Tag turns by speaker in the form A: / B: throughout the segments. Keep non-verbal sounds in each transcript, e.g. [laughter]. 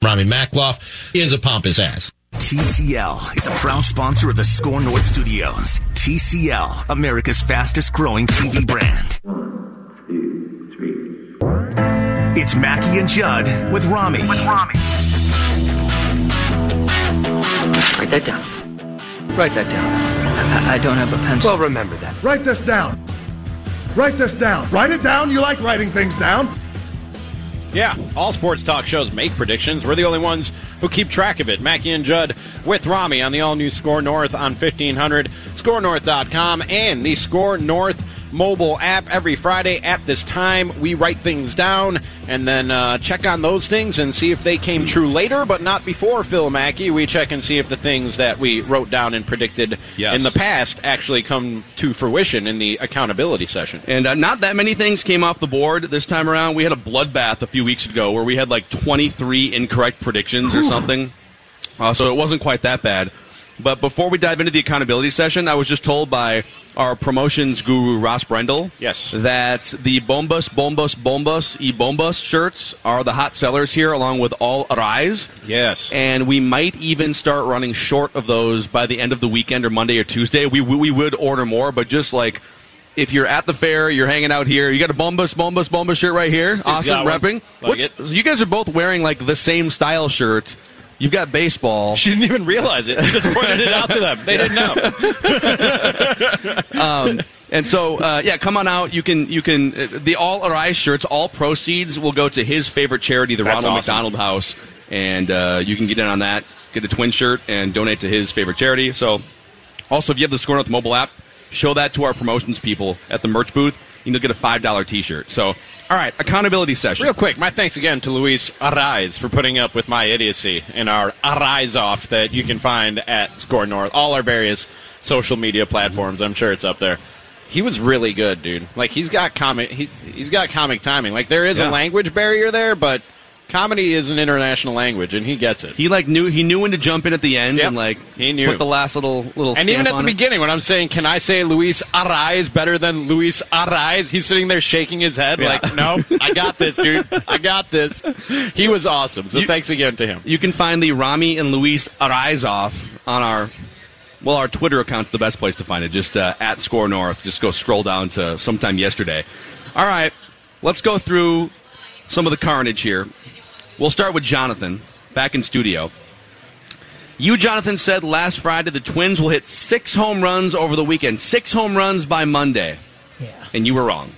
A: Rami Makloff is a pompous ass.
B: TCL is a proud sponsor of the Score North Studios. TCL, America's fastest growing TV brand. It's Mackie and Judd with Rami. With Rami.
C: Write that down. Write that down. I, I don't have a pencil. Well, remember that.
D: Write this down. Write this down. Write it down. You like writing things down.
A: Yeah, all sports talk shows make predictions. We're the only ones who keep track of it. Mackie and Judd with Rami on the all new Score North on 1500, scorenorth.com, and the Score North mobile app every Friday at this time. We write things down and then uh, check on those things and see if they came true later, but not before Phil Mackey. We check and see if the things that we wrote down and predicted
E: Yes.
A: in the past actually come to fruition in the accountability session.
E: And uh, not that many things came off the board this time around. We had a bloodbath a few weeks ago where we had like 23 incorrect predictions or something. Uh, so it wasn't quite that bad. But before we dive into the accountability session, I was just told by our promotions guru Ross Brendel yes. that the Bombas, Bombas, Bombas, E Bombas shirts are the hot sellers here, along with all Rise.
A: Yes.
E: And we might even start running short of those by the end of the weekend or Monday or Tuesday. We, we, we would order more, but just like if you're at the fair, you're hanging out here, you got a Bombas, Bombas, Bombas shirt right here.
A: got
E: awesome
A: one.
E: repping.
A: Like
E: What's-
A: it.
E: so you guys are both wearing like the same style shirt. You've got baseball.
A: She didn't even realize [laughs] it. She just pointed it out to them. They didn't know.
E: [laughs] um, and so uh, yeah, come on out. You can you can uh, the all arise shirts. All proceeds will go to his favorite charity, the
A: That's
E: Ronald
A: awesome.
E: McDonald House, and uh, you can get in on that. Get a twin shirt and donate to his favorite charity. So, also if you have the Score North mobile app, show that to our promotions people at the merch booth, and you'll get a five dollar t shirt. So, all right, accountability session.
A: Real quick, my thanks again to Luis Arise for putting up with my idiocy in our Arise off that you can find at Score North, all our various social media platforms. I'm sure it's up there. He was really good, dude. Like he's got comic, he, he's got comic timing. Like there is a
E: Yeah.
A: language barrier there, but comedy is an international language, and he gets it.
E: He like knew he knew when to jump in at the end and like
A: He knew.
E: put the last little little
A: And even
E: stamp
A: at the
E: on it.
A: beginning, when I'm saying, "Can I say Luis Arise better than Luis Arise?" He's sitting there shaking his head,
E: Yeah.
A: like, "No, I got this, dude. I got
E: [laughs]
A: this." He was awesome. So thanks again to him.
E: You can find the Rami and Luis Arizoff on our well, our Twitter account's the best place to find it. Just uh, at Score North. Just go scroll down to sometime yesterday. All right, let's go through some of the carnage here. We'll start with Jonathan back in studio. You, Jonathan, said last Friday the Twins will hit six home runs over the weekend. Six home runs by Monday. Yeah. And you were wrong.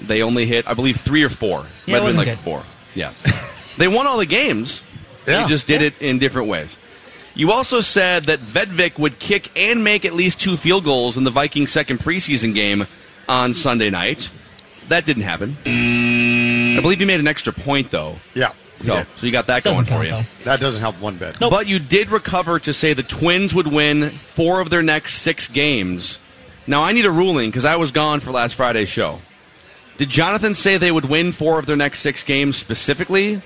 E: They only hit, I believe, three or four.
F: Mm. Yeah, it
E: Might have been
F: wasn't
E: like
F: good.
E: four. Yeah. they won all the games.
F: Yeah.
E: They just did it in different ways. You also said that Vedvik would kick and make at least two field goals in the Vikings' second preseason game on Sunday night. That didn't happen. I believe you made an extra point, though.
G: Yeah.
E: So,
G: Mm. Yeah.
E: so you got that
G: Doesn't
E: going for you.
G: count, That doesn't help one bit.
E: But you did recover to say the Twins would win four of their next six games. Now, I need a ruling because I was gone for last Friday's show. Did Jonathan say they would win four of their next six games specifically?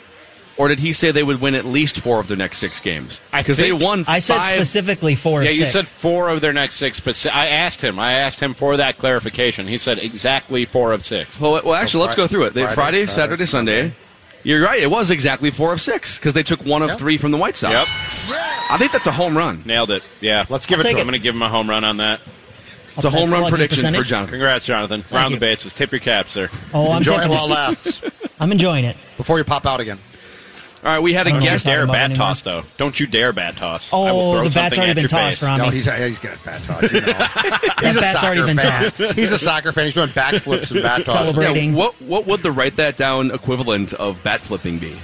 E: Or did he say they would win at least four of their next six games? Because they won
H: I said
E: five-
H: specifically four.
A: Yeah,
H: of
A: you
H: six.
A: said four of their next six. But si- I asked him. I asked him for that clarification. He said exactly four of six.
E: Well, well actually, let's go through it. They, Oh, Friday,
A: Friday,
E: Saturday, Sunday. You're right. It was exactly four of six because they took one of three from the White Sox. Yep. I think that's a home run.
A: Nailed it. Yeah. Let's
E: give I'll it to take him. it.
A: I'm going to give him a home run on that.
E: It's a home run prediction for Jonathan.
A: Congrats, Jonathan. Round the bases. Tip your cap, sir.
H: Oh, I'm taking it. I'm enjoying it.
G: Before you pop out again.
E: All right, we had a
I: Don't you
E: guest.
I: talk
A: Dare
I: about
A: bat
I: anymore.
A: toss, though. Don't you dare bat toss. I will
I: Oh, the
A: throw
I: bat's
A: something
I: already
A: at
I: been
A: your
I: tossed,
A: face.
I: Rami.
J: No, he's, he's got a bad toss. You know.
I: That
J: he's
I: bat's already been tossed.
J: He's a soccer fan. He's doing backflips and [laughs] bat tosses.
I: Celebrate.
E: Yeah,
I: Rating.
E: what what would the write that down equivalent of bat flipping be?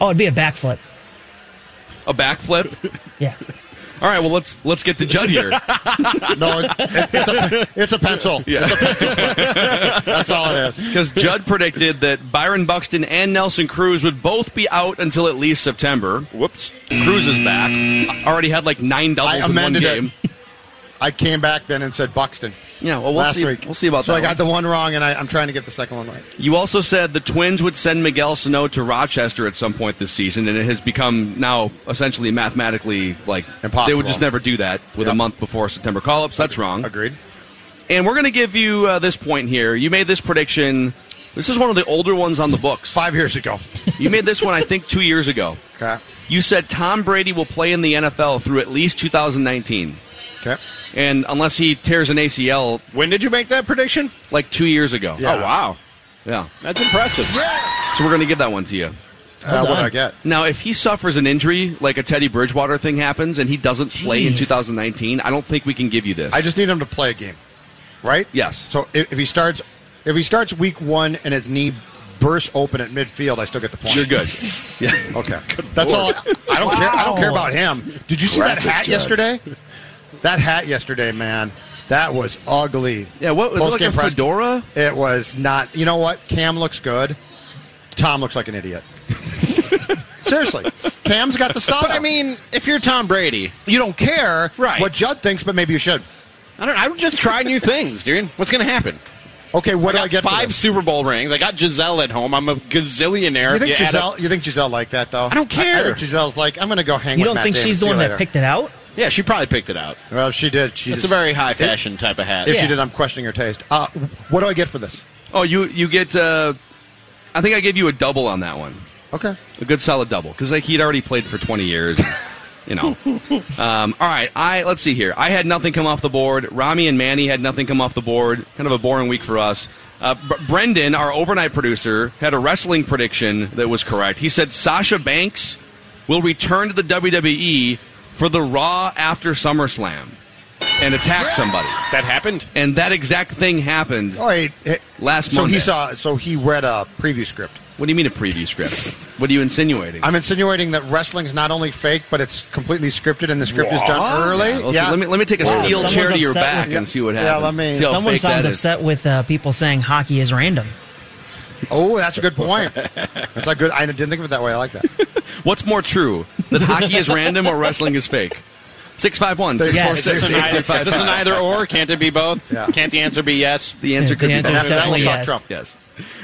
I: Oh, it'd be a backflip.
E: A backflip.
I: Yeah.
E: [laughs] All right, well let's let's get to Judd here.
J: [laughs] No, it, it's, a, it's a pencil. It's a pencil. That's all it is.
E: [laughs] Because Judd predicted that Byron Buxton and Nelson Cruz would both be out until at least September.
A: Whoops.
E: Cruz is back. Already had like nine doubles
J: I
E: in one
J: amended it.
E: game.
J: I came back then and said Buxton.
E: Yeah, well, we'll
J: last
E: see-
J: Week.
E: we'll see about
J: so
E: that
J: I got
E: one.
J: the one wrong, and I, I'm trying to get the second one right.
E: You also said the Twins would send Miguel Sano to Rochester at some point this season, and it has become now essentially mathematically like They
J: Impossible.
E: would just never do that with a
J: Yep.
E: month before September call ups. That's wrong.
J: Agreed.
E: And we're going to give you uh, this point here. You made this prediction. This is one of the older ones on the books.
J: Five years ago.
E: You made this one, I think, two years ago.
J: Okay.
E: You said Tom Brady will play in the NFL through at least 2019.
J: Okay.
E: And unless he tears an ACL
A: When did you make that prediction?
E: like two years ago.
J: Yeah.
A: Oh, wow.
E: Yeah.
A: That's impressive.
E: So we're going to give that one to you.
J: Uh, what did I get?
E: Now, if he suffers an injury, like a Teddy Bridgewater thing happens, and he doesn't play in
I: Jeez.
E: 2019, I don't think we can give you this.
J: I just need him to play a game, right?
E: Yes.
J: So if, if he starts, if he starts week one and his knee bursts open at midfield, I still get the point.
E: You're good. yeah.
J: Okay. That's all. I don't care. I don't care about him. Did you see that hat yesterday? That hat yesterday, man. That was ugly.
E: Yeah, what was it, like
J: Post-game
E: a fedora?
J: It was not. You know what? Cam looks good. Tom looks like an idiot. Seriously, Cam's got the style.
A: But I mean, if you're Tom Brady,
J: you don't care
A: Right.
J: what Judd thinks, but maybe you should.
A: I don't. I'm just trying new things, dude. What's going to happen?
J: Okay, what do
A: I
J: I get?
A: got
J: for
A: five
J: this?
A: Super Bowl rings. I got Giselle at home. I'm a gazillionaire.
J: You
A: If
J: think
A: add
J: Giselle?
A: up-
J: You think Giselle like that though?
A: I don't
J: I,
A: care.
J: think Giselle's like, I'm going to go hang.
I: You
J: with
I: don't
J: Matt
I: think
J: Damon.
I: she's the
J: See
I: one
J: you
I: that
J: later.
I: picked it out?
A: yeah, she probably picked it out.
J: Well, if she did. She
A: It's
J: just-
A: a very high
J: if-
A: fashion type of hat.
J: If
I: Yeah.
J: she did, I'm questioning her taste. Uh, what do I get for this?
E: Oh, you you get. Uh, I think I gave you a double on that one,
J: Okay.
E: a good solid double, because like he'd already played for 20 years.
J: [laughs]
E: You know. Um, all right. I let's see here. I had nothing come off the board. Rami and Manny had nothing come off the board. Kind of a boring week for us. Uh, Br- Brendan, our overnight producer, had a wrestling prediction that was correct. He said Sasha Banks will return to the WWE for the Raw after SummerSlam and attack somebody.
A: That happened.
E: And that exact thing happened.
J: All right. It-
E: Last
J: Oh, so
E: Monday.
J: he saw. So he read a Uh, preview script.
E: What do you mean a
J: [laughs]
E: preview script? What are you insinuating?
J: I'm insinuating that wrestling's not only fake, but it's completely scripted, and the script is done early.
E: Yeah, let's- Let me let me take a steel
I: Someone's
E: chair to your
I: upset
E: back
I: with-
E: and see what
J: Yeah,
E: happens.
J: let me-
E: See how
I: Someone
E: fake
I: sounds
E: that is.
I: upset with uh, people saying hockey is random.
J: Oh, that's a good point. that's a good. I didn't think of it that way. I like that.
E: What's more true, that hockey is random or wrestling is fake? Six five one six four
I: Yes. [laughs]
E: six
A: Is this, an
E: eight
A: either,
E: two five
A: is this an
E: five.
A: either or? Can't it be both?
J: Yeah.
A: Can't the answer be yes?
E: The answer
I: Yeah,
E: could
I: the
E: be
I: answer
E: both.
I: is definitely
J: Donald
I: yes.
J: Trump.
E: Yes.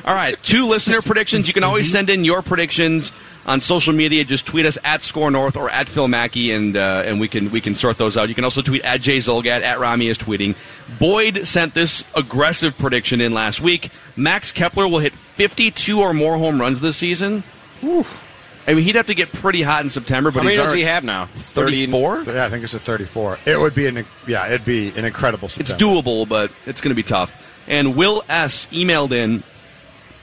E: All right. Two listener predictions. You can always send in your predictions on social media. Just tweet us at Score North or at Phil Mackey, and uh, and we can we can sort those out. You can also tweet at Jay Zolgad at Rami is tweeting. Boyd sent this aggressive prediction in last week. Max Kepler will hit 52 or more home runs this season. I mean, he'd have to get pretty hot in September, but
A: How many
E: he's
A: does he
E: already-
A: have now?
E: 34?
J: So, yeah, I think it's a 34. It would be an yeah, it'd be an incredible.
E: It's
J: September.
E: doable, but it's going to be tough. And Will S. emailed in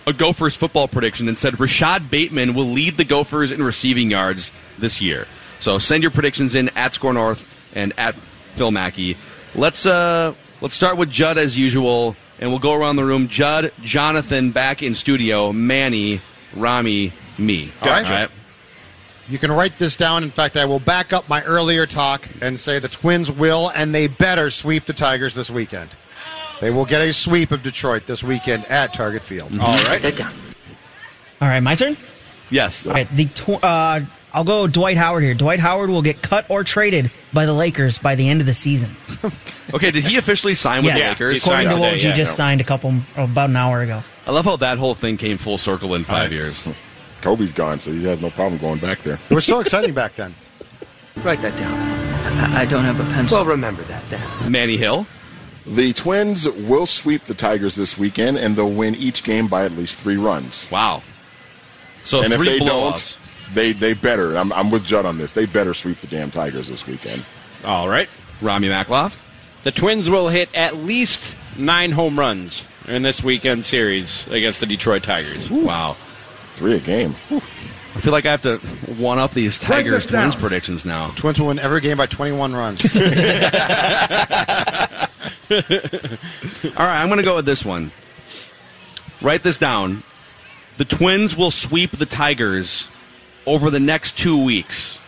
E: a Gophers football prediction and said Rashad Bateman will lead the Gophers in receiving yards this year. So send your predictions in at Score North and at Phil Mackey. Let's uh, let's start with Judd as usual, and we'll go around the room. Judd, Jonathan, back in studio, Manny, Rami, me.
J: All right.
E: All right.
J: You can write this down. In fact, I will back up my earlier talk and say the Twins will and they better sweep the Tigers this weekend. They will get a sweep of Detroit this weekend at Target Field.
A: All
F: Write
A: right.
F: that down.
I: All right, my turn.
E: Yes.
I: All right, the tw- uh, I'll go Dwight Howard here. Dwight Howard will get cut or traded by the Lakers by the end of the season.
E: Okay. Did he officially sign with
I: Yes.
E: the
A: he
E: Lakers?
A: signed
I: According to
A: today,
I: what you
A: yeah,
I: just
A: no.
I: signed a couple about an hour ago.
E: I love how that whole thing came full circle in five years.
H: Kobe's gone, so he has no problem going back there.
J: It was so exciting back then.
F: Write that down. I, I don't have a pencil. Well, remember that then.
E: Manny Hill.
H: The Twins will sweep the Tigers this weekend, and they'll win each game by at least three runs.
E: Wow. So
H: and if they
E: three blowouts.
H: don't, they they better. I'm, I'm with Judd on this. They better sweep the damn Tigers this weekend.
A: All right.
E: Rami Makloff.
A: The Twins will hit at least nine home runs in this weekend series against the Detroit Tigers.
E: Wow.
H: Three a game. [laughs]
E: I feel like I have to one up these
D: Break
E: Tigers
D: this down.
E: Twins predictions now.
J: Twins will win every game by 21 runs.
E: All right, I'm going to go with this one. Write this down. The Twins will sweep the Tigers over the next two weeks.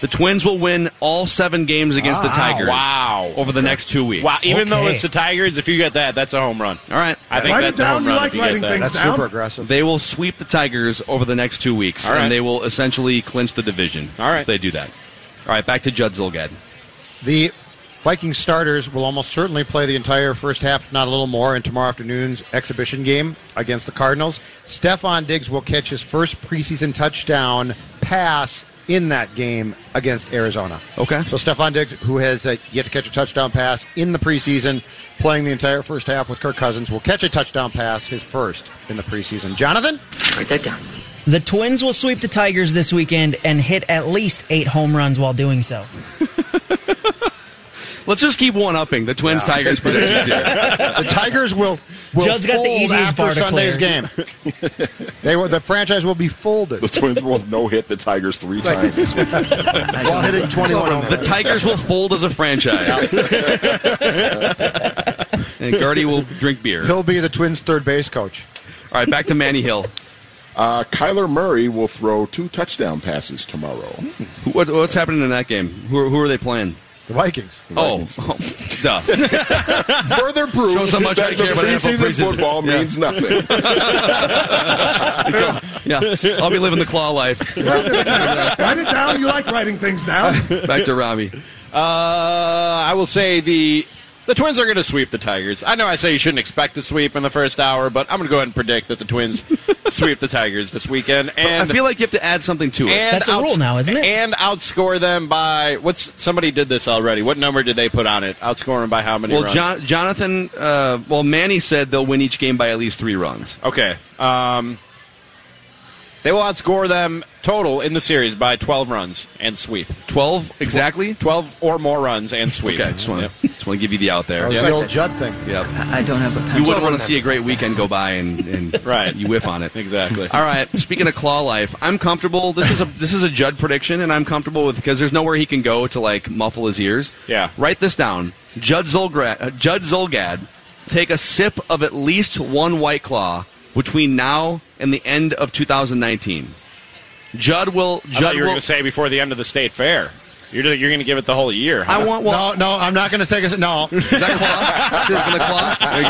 E: The Twins will win all seven games against the
A: Wow.
E: Tigers.
A: Ah, Wow.
E: Over the next two weeks.
A: Wow, even though it's the Tigers, if you get that, that's a home run.
E: All right.
A: I think
E: Write it
A: that's a
E: down.
A: home
E: You
A: run.
E: like
A: if you
E: writing
A: get that.
E: things That's down. super aggressive. They will sweep the Tigers over the next two weeks,
A: All right.
E: and they will essentially clinch the division. All right. If they do that. All right, back to Judd Zolgad.
J: The Viking starters will almost certainly play the entire first half, if not a little more, in tomorrow afternoon's exhibition game against the Cardinals. Stefan Diggs will catch his first preseason touchdown pass in that game against Arizona.
E: Okay.
J: So Stefan Diggs, who has uh, yet to catch a touchdown pass in the preseason, playing the entire first half with Kirk Cousins, will catch a touchdown pass, his first in the preseason.
F: [laughs]
J: Jonathan? Write that down.
F: The Twins will sweep the Tigers this weekend and hit at least eight home runs while doing so.
E: Let's just keep one upping the Twins Tigers predictions here.
J: the Tigers will, will
F: Judd's got the
J: fold
F: easiest
J: after
F: bar to
J: Sunday's
F: clear. [laughs]
J: game. they will, the franchise will be folded.
H: The Twins will no hit the Tigers three
J: Right.
H: times this week.
J: Well, hit it 21 home
E: [laughs] The
J: runs.
E: Tigers will fold as a franchise. and Gardy will drink beer. All
J: He'll be the Twins' third base coach.
E: right, back to Manny Hill.
H: Uh, Kyler Murray will throw two touchdown passes tomorrow.
E: Who- What, what's happening in that game? Who are, who are they playing?
J: The Vikings.
E: Oh, oh duh. [laughs]
H: Further proof
E: Shows how much
H: that
E: I care
H: the
E: about NFL
H: preseason
E: preseason.
H: football
E: Yeah.
H: means
E: [laughs]
H: nothing.
E: Yeah, I'll be living the claw life.
D: Write it down. You like writing things down.
E: Back to Robbie.
A: Uh, I will say the the Twins are going to sweep the Tigers. I know I say you shouldn't expect to sweep in the first hour, but I'm going to go ahead and predict that the
E: [laughs]
A: Twins sweep the Tigers this weekend.
E: I
A: And
E: feel like you have to add something to it.
A: and
F: That's a rule now, isn't it?
A: And outscore them by what's somebody did this already? What number did they put on it? Outscore them by how many?
E: well,
A: runs?
E: Jon Jonathan, uh, well, Manny said they'll win each game by at least three runs.
A: Okay. Um, they will outscore them total in the series by 12 runs and sweep.
E: 12 exactly?
A: 12 or more runs and sweep.
E: Okay, I just want
A: Yep.
E: to just want to give you the out there.
J: That was the old Judd thing.
E: Yep.
C: I I don't have a pencil.
E: You wouldn't want to see a great weekend go by and, and
A: Right.
E: you whiff on it.
A: Exactly.
E: All right. Speaking of claw life, I'm comfortable. This is a this is a Judd prediction, and I'm comfortable with because there's nowhere he can go to like muffle his ears.
A: Yeah.
E: Write this down. Judd Zolgrad, uh, Judd Zolgad, take a sip of at least one White Claw between now and the end of 2019. Judd will.
A: I thought
E: [laughs] Judd
A: you were
E: will.
A: going to say before the end of the state fair. You're, gonna- you're going to give it the whole year. huh?
E: I
A: [laughs]
E: want. Well,
J: no, no, I'm not going to take us. No,
E: Is that claw? She's living the claw. There you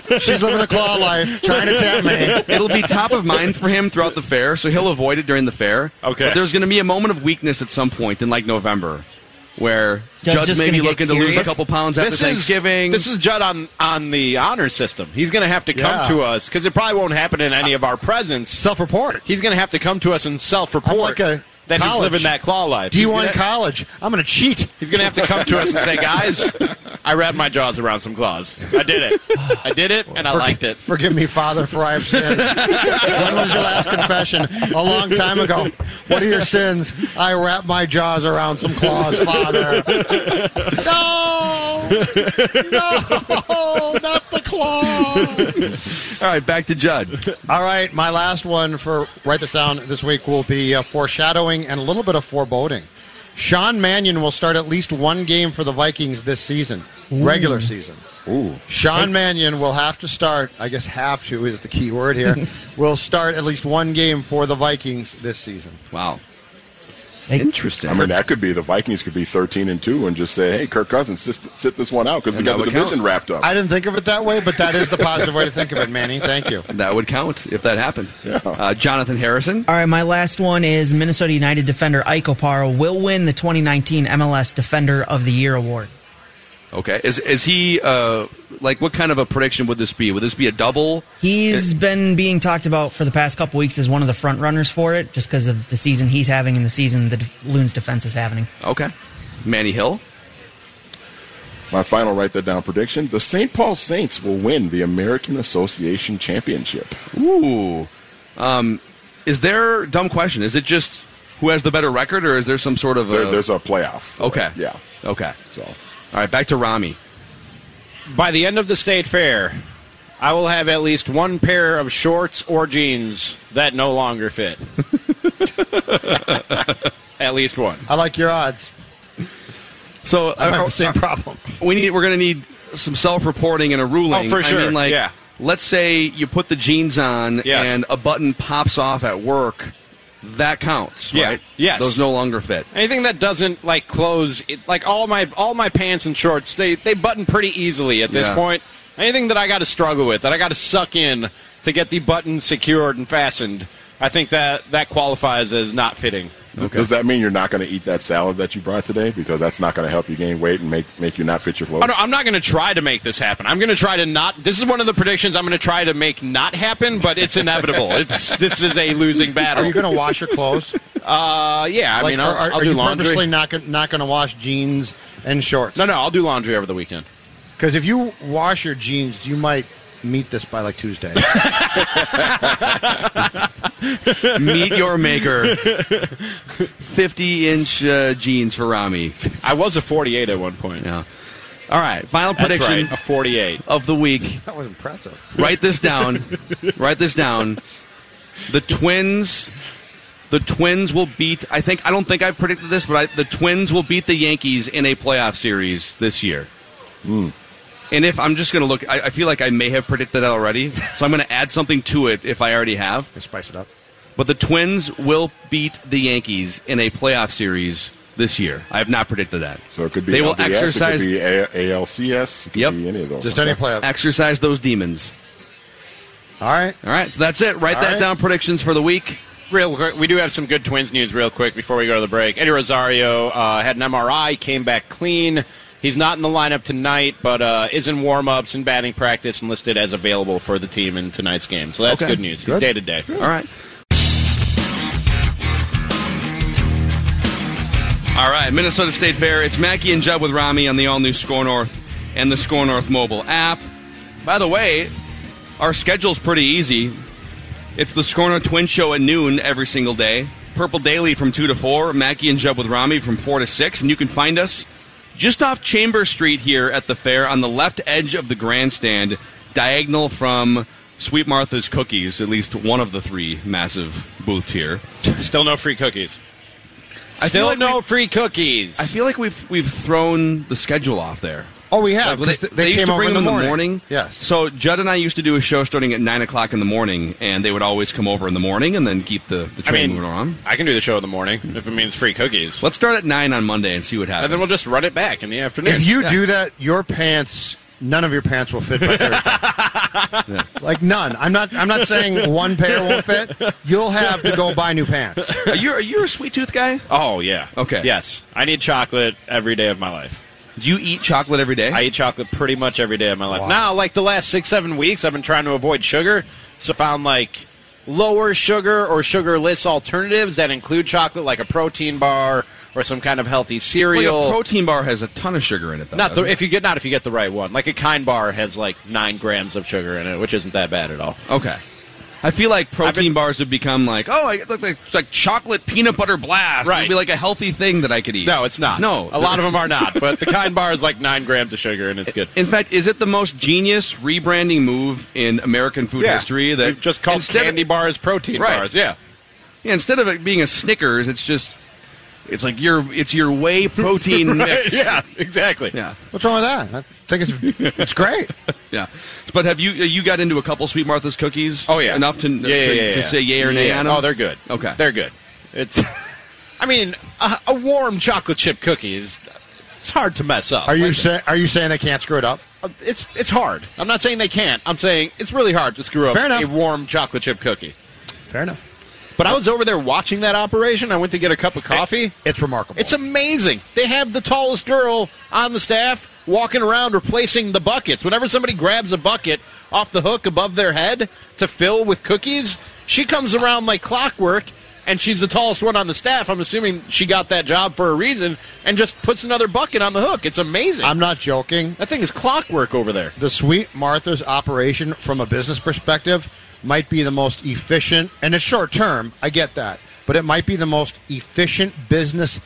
E: go. Yeah.
J: she's living the claw life, trying to tap me.
E: It'll be top of mind for him throughout the fair, so he'll avoid it during the fair.
A: Okay.
E: But there's going to be a moment of weakness at some point in like November, where
F: Judge's
E: Judge
F: just
E: may be
F: gonna get
E: looking to lose
F: curious.
E: a couple pounds after
A: this is
E: Thanksgiving.
A: this is Judd on on the honor system. He's going to have to come
J: Yeah.
A: to us because it probably won't happen in any of our
J: [laughs]
A: presence.
J: Self-report.
A: He's going to have to come to us and
J: I'm
A: self-report
J: like a
A: that he's
J: college.
A: living that claw life. He's
J: D1
A: gonna-
J: college. I'm going to cheat.
A: He's going to have to come to us and say, [laughs] guys, I wrapped my jaws around some claws. I did it. I did it, and I liked it.
J: Forgive me, Father, for I have
A: [laughs]
J: sinned. when was your last confession? A long time ago. What are your sins? I wrap my jaws around some claws,
A: [laughs]
J: Father. No! No! Not the claw!
E: All right, back to Judd.
J: All right, my last one for write this down this week will be uh, foreshadowing and a little bit of foreboding. Sean Mannion will start at least one game for the Vikings this season, regular season. Ooh. Sean Mannion will have to start. I guess "have to" is the key word
A: [laughs]
J: here. will start at least one game for the Vikings this season.
E: Wow.
F: Like,
H: [laughs]
E: Interesting.
H: I mean, that could be the Vikings could be thirteen and two and just say, "Hey, Kirk Cousins, just sit this one out because we
E: And
H: got
E: that
H: the
E: would
H: division
E: count.
H: wrapped
A: Oh.
H: up."
J: I didn't think of it that way, but that is the positive way to think of it, Manny. Thank you.
E: that would count if that happened. Uh, Jonathan Harrison.
F: All right, my last one is Minnesota United defender Ike Oparo will win the 2019 MLS Defender of the Year award.
E: Okay. Is is he uh, like what kind of a prediction would this be? Would this be a double?
F: He's been being talked about for the past couple weeks as one of the front runners for it, just because of the season he's having and the season the Loons defense is having.
E: Okay. Manny Hill.
H: My final write that down prediction: the St. Paul Saints will win the American Association Championship.
E: Ooh. Um, is there dumb question? Is it just who has the better record, or is there some sort of
H: There,
E: a,
H: there's a playoff. for it.
E: Okay.
H: Yeah.
E: Okay.
H: So
E: All right, back to Rami.
A: By the end of the state fair, [laughs] I will have at least one pair of shorts or jeans that no longer fit. At least one.
J: I like your odds.
E: So
J: I
H: uh,
J: have the same problem.
E: We need. We're going to need some self-reporting and a ruling.
A: Oh, for
E: I
A: sure.
E: mean, like,
A: Yeah.
E: Let's say you put the jeans on
A: Yes.
E: and a button pops off at work. That counts,
A: Yeah.
E: right?
A: Yes.
E: Those no
A: [laughs]
E: longer fit.
A: Anything that doesn't like close, it, like all my all my pants and shorts, they they button pretty easily at this
E: Yeah.
A: point. Anything that I got to struggle with, that I got to suck in to get the button secured and fastened, I think that that qualifies as not fitting.
H: Does that mean you're not going to eat that salad that you brought today because that's not going to help you gain weight and make, make you not fit your clothes?
A: Oh, no, I'm not going to try to make this happen. I'm going to try to not. This is one of the predictions I'm going to try to make not happen, but
J: [laughs]
A: it's inevitable. it's this is a losing battle.
J: Are you going to wash your clothes?
A: Uh, yeah. [laughs] I
J: Like,
A: mean, I'll,
J: are, are
A: I'll do
J: you
A: laundry.
J: purposely not gon- not going to wash jeans and shorts?
A: No, no, I'll do laundry over the weekend.
J: Because if you wash your jeans, you might meet this by like Tuesday.
E: Meet your maker. Fifty-inch uh, jeans for Rami.
A: I was a 48 at one point.
E: Yeah. All right. Final
A: That's
E: prediction
A: right, a 48.
E: of the week.
J: that was impressive.
E: write this down. write this down. The twins. The twins will beat. I think. I don't think I predicted this, but I, the twins will beat the Yankees in a playoff series this year.
H: Hmm.
E: And if I'm just going to look, I, I feel like I may have predicted that already. So I'm going to add something to it if I already have.
J: Just spice it up.
E: But the Twins will beat the Yankees in a playoff series this year. I have not predicted that.
H: so it could be
E: They will
H: LDS,
E: exercise-
H: It could be A- ALCS. It could
E: Yep.
H: be any of those.
J: Just any playoff.
E: Exercise those demons.
J: All right.
E: All right. So that's it. Write
J: All
E: that
J: right.
E: down. Predictions for the week.
A: Real quick, we do have some good Twins news real quick before we go to the break. Eddie Rosario uh, had an MRI, came back clean. He's not in the lineup tonight, but uh, is in warm-ups and batting practice and listed as available for the team in tonight's game. So that's
E: Okay.
A: good news.
E: Good.
A: Day to day.
E: All right. All right, Minnesota State Fair. It's Mackie and Judd with Rami on the all new Score North and the Score North mobile app. By the way, our schedule's pretty easy. It's the Score North Twin Show at noon every single day. Purple Daily from 2 to 4, Mackie and Judd with Rami from 4 to 6. And you can find us just off Chamber Street here at the fair on the left edge of the grandstand, diagonal from Sweet Martha's Cookies, at least one of the three massive booths here.
A: Still no free cookies.
E: I feel
A: Still
E: like
A: no
E: we-
A: free cookies.
E: I feel like we've we've thrown the schedule off there.
J: Oh, we have.
E: Like,
J: 'cause they
E: they, they used
J: came
E: to
J: over
E: bring
J: in
E: them
J: the
E: in the
J: morning.
E: morning.
J: Yes.
E: So Judd and I used to do a show starting at nine o'clock in the morning, and they would always come over in the morning and then keep the, the
A: I
E: train
A: mean,
E: moving on.
A: I can do the show in the morning if it means free cookies,
E: Let's start at nine on Monday and see what happens.
A: and then we'll just run it back in the afternoon.
J: If you do that, your pants, none of your pants will fit by Thursday. Like none. I'm not. I'm not saying one pair won't fit. You'll have to go buy new pants.
E: are you are you a sweet tooth guy?
A: oh yeah,
E: Okay.
A: yes, I need chocolate every day of my life.
E: Do you eat chocolate every day?
A: I eat chocolate pretty much every day of my life. Now, like the last six, seven weeks, I've been trying to avoid sugar. So I found like lower sugar or sugarless alternatives that include chocolate, like a protein bar or some kind of healthy
E: Well, your
A: cereal.
E: protein bar has a ton of sugar in it. Though,
A: not the,
E: doesn't it?
A: if you get not if you get the right one. Like a kind bar has like nine grams of sugar in it, which isn't that bad at all.
E: okay. I feel like protein
A: been-
E: bars have become like oh, I, like, like, it's like chocolate peanut butter blast.
A: Right.
E: It'd be like a healthy thing that I could eat.
A: No, it's not.
E: No,
A: a lot of them are not. But the kind bar is like nine grams of sugar, and it's good.
E: In fact, is it the most genius rebranding move in American food history? That
A: We've just called
E: instead
A: candy
E: of,
A: bars protein
E: Right.
A: bars. Yeah.
E: yeah, instead of it being a Snickers, it's just it's like your it's your
A: [laughs]
E: whey protein
A: [laughs]
E: mix.
A: Yeah. Exactly.
E: yeah,
J: What's wrong with that? I think it's it's great.
E: yeah. But have you uh, you got into a couple Sweet Martha's cookies?
A: Oh yeah,
E: enough to
A: yeah, yeah,
E: to,
A: yeah,
E: to
A: yeah.
E: say yay or nay
A: Yeah.
E: on them.
A: Oh, they're good.
E: Okay.
A: they're good. It's, [laughs] I mean, a, a warm chocolate chip cookie is it's hard to mess up.
J: Are you
A: Like, uh,
J: say, Are you saying they can't screw it up?
A: It's it's hard. I'm not saying they can't. I'm saying it's really hard to screw up
J: Fair enough.
A: a warm chocolate chip cookie.
J: Fair enough.
A: But I was over there watching that operation. I went to get a cup of coffee.
J: It's remarkable.
A: It's amazing. They have the tallest girl on the staff walking around replacing the buckets. Whenever somebody grabs a bucket off the hook above their head to fill with cookies, she comes around like clockwork and she's the tallest one on the staff. I'm assuming she got that job for a reason and just puts another bucket on the hook. It's amazing.
J: I'm not joking.
A: that thing is clockwork over there.
J: the Sweet Martha's operation from a business perspective might be the most efficient, and it's short term. I get that, but it might be the most efficient business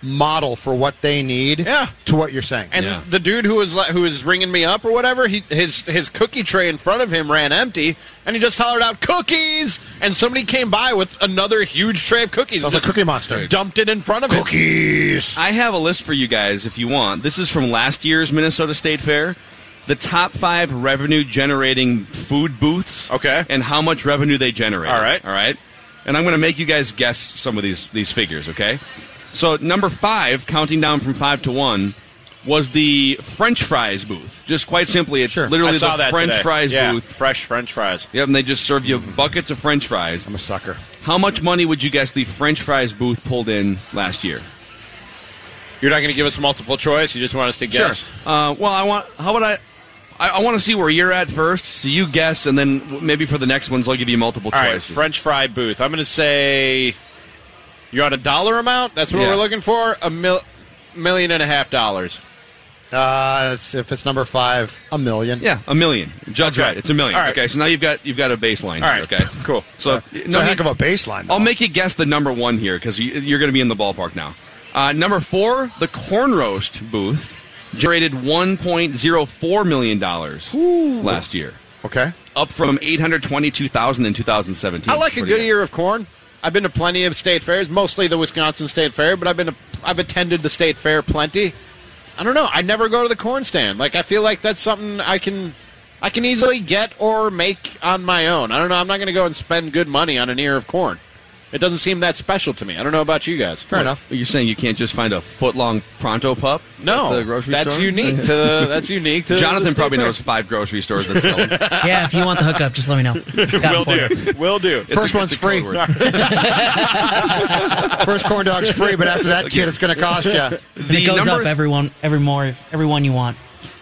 J: model for what they need
A: Yeah.
J: to what you're saying.
A: And the dude who was li- who was ringing me up or whatever, he, his his cookie tray in front of him ran empty, and he just hollered out "cookies!" and somebody came by with another huge tray of cookies. Sounds like Cookie
J: Monster
A: dumped it in front of him. Cookies.
E: I have a list for you guys if you want. This is from last year's Minnesota State Fair. The top five revenue generating food booths. Okay. And how much revenue they generate. All right. All right. And I'm going to make you guys guess some of these, these figures, okay? So, number five, counting down from five to one, was the French fries booth. Just quite simply, it's literally
A: I saw
E: the
A: that
E: French
A: today.
E: fries
A: Yeah,
E: booth. Fresh French fries. Yep, and they just serve you buckets of French fries. I'm
J: a sucker.
E: How much money would you guess the French fries booth pulled in last year?
A: You're not going to give us multiple choice. You just want us to guess.
E: Sure. Uh, well, I want. How about I? I, I want to see where you're at first, so you guess, and then w- maybe for the next ones, I'll give you multiple
A: All
E: choice.
A: right, French fry booth. I'm going to say you're on a dollar amount. That's what
E: Yeah.
A: we're looking for. A mil- million and a half dollars.
J: Uh, it's, if it's number five, a million.
E: Yeah, a million. Judge right. It's a million.
J: All right.
E: Okay, so now you've got you've got a baseline. All right.
A: [laughs]
E: Here, okay. Cool. So
J: it's a heck of a baseline.
E: I'll make you guess the number one here because you, you're going to be in the ballpark now. Uh, number four, the corn roast booth generated 1.04 million dollars last year.
J: Okay.
E: Up from 822,000 in 2017.
A: I like a
E: Pretty
A: good ear of corn. I've been to plenty of state fairs, mostly the Wisconsin State Fair, but I've been to, I've attended the state fair plenty. I don't know. I never go to the corn stand. Like I feel like that's something I can I can easily get or make on my own. I don't know. I'm not going to go and spend good money on an ear of corn. It doesn't seem that special to me. I don't know about you guys.
E: What? You're saying you can't just find a foot long pronto pup?
A: No,
E: at the grocery
A: that's
E: store? [laughs]
A: unique to the- that's unique to the
E: Jonathan
A: state
E: probably
A: fair.
E: knows five grocery stores that
A: [laughs]
E: sell. them.
F: yeah, if you want the hookup, just let me know.
E: Will
A: do. [laughs] Will do.
E: It's First a- one's it's a code free.
J: First corn dog's free, but after that, kid, it's going to cost you.
F: And it goes up everyone, every more, everyone you want.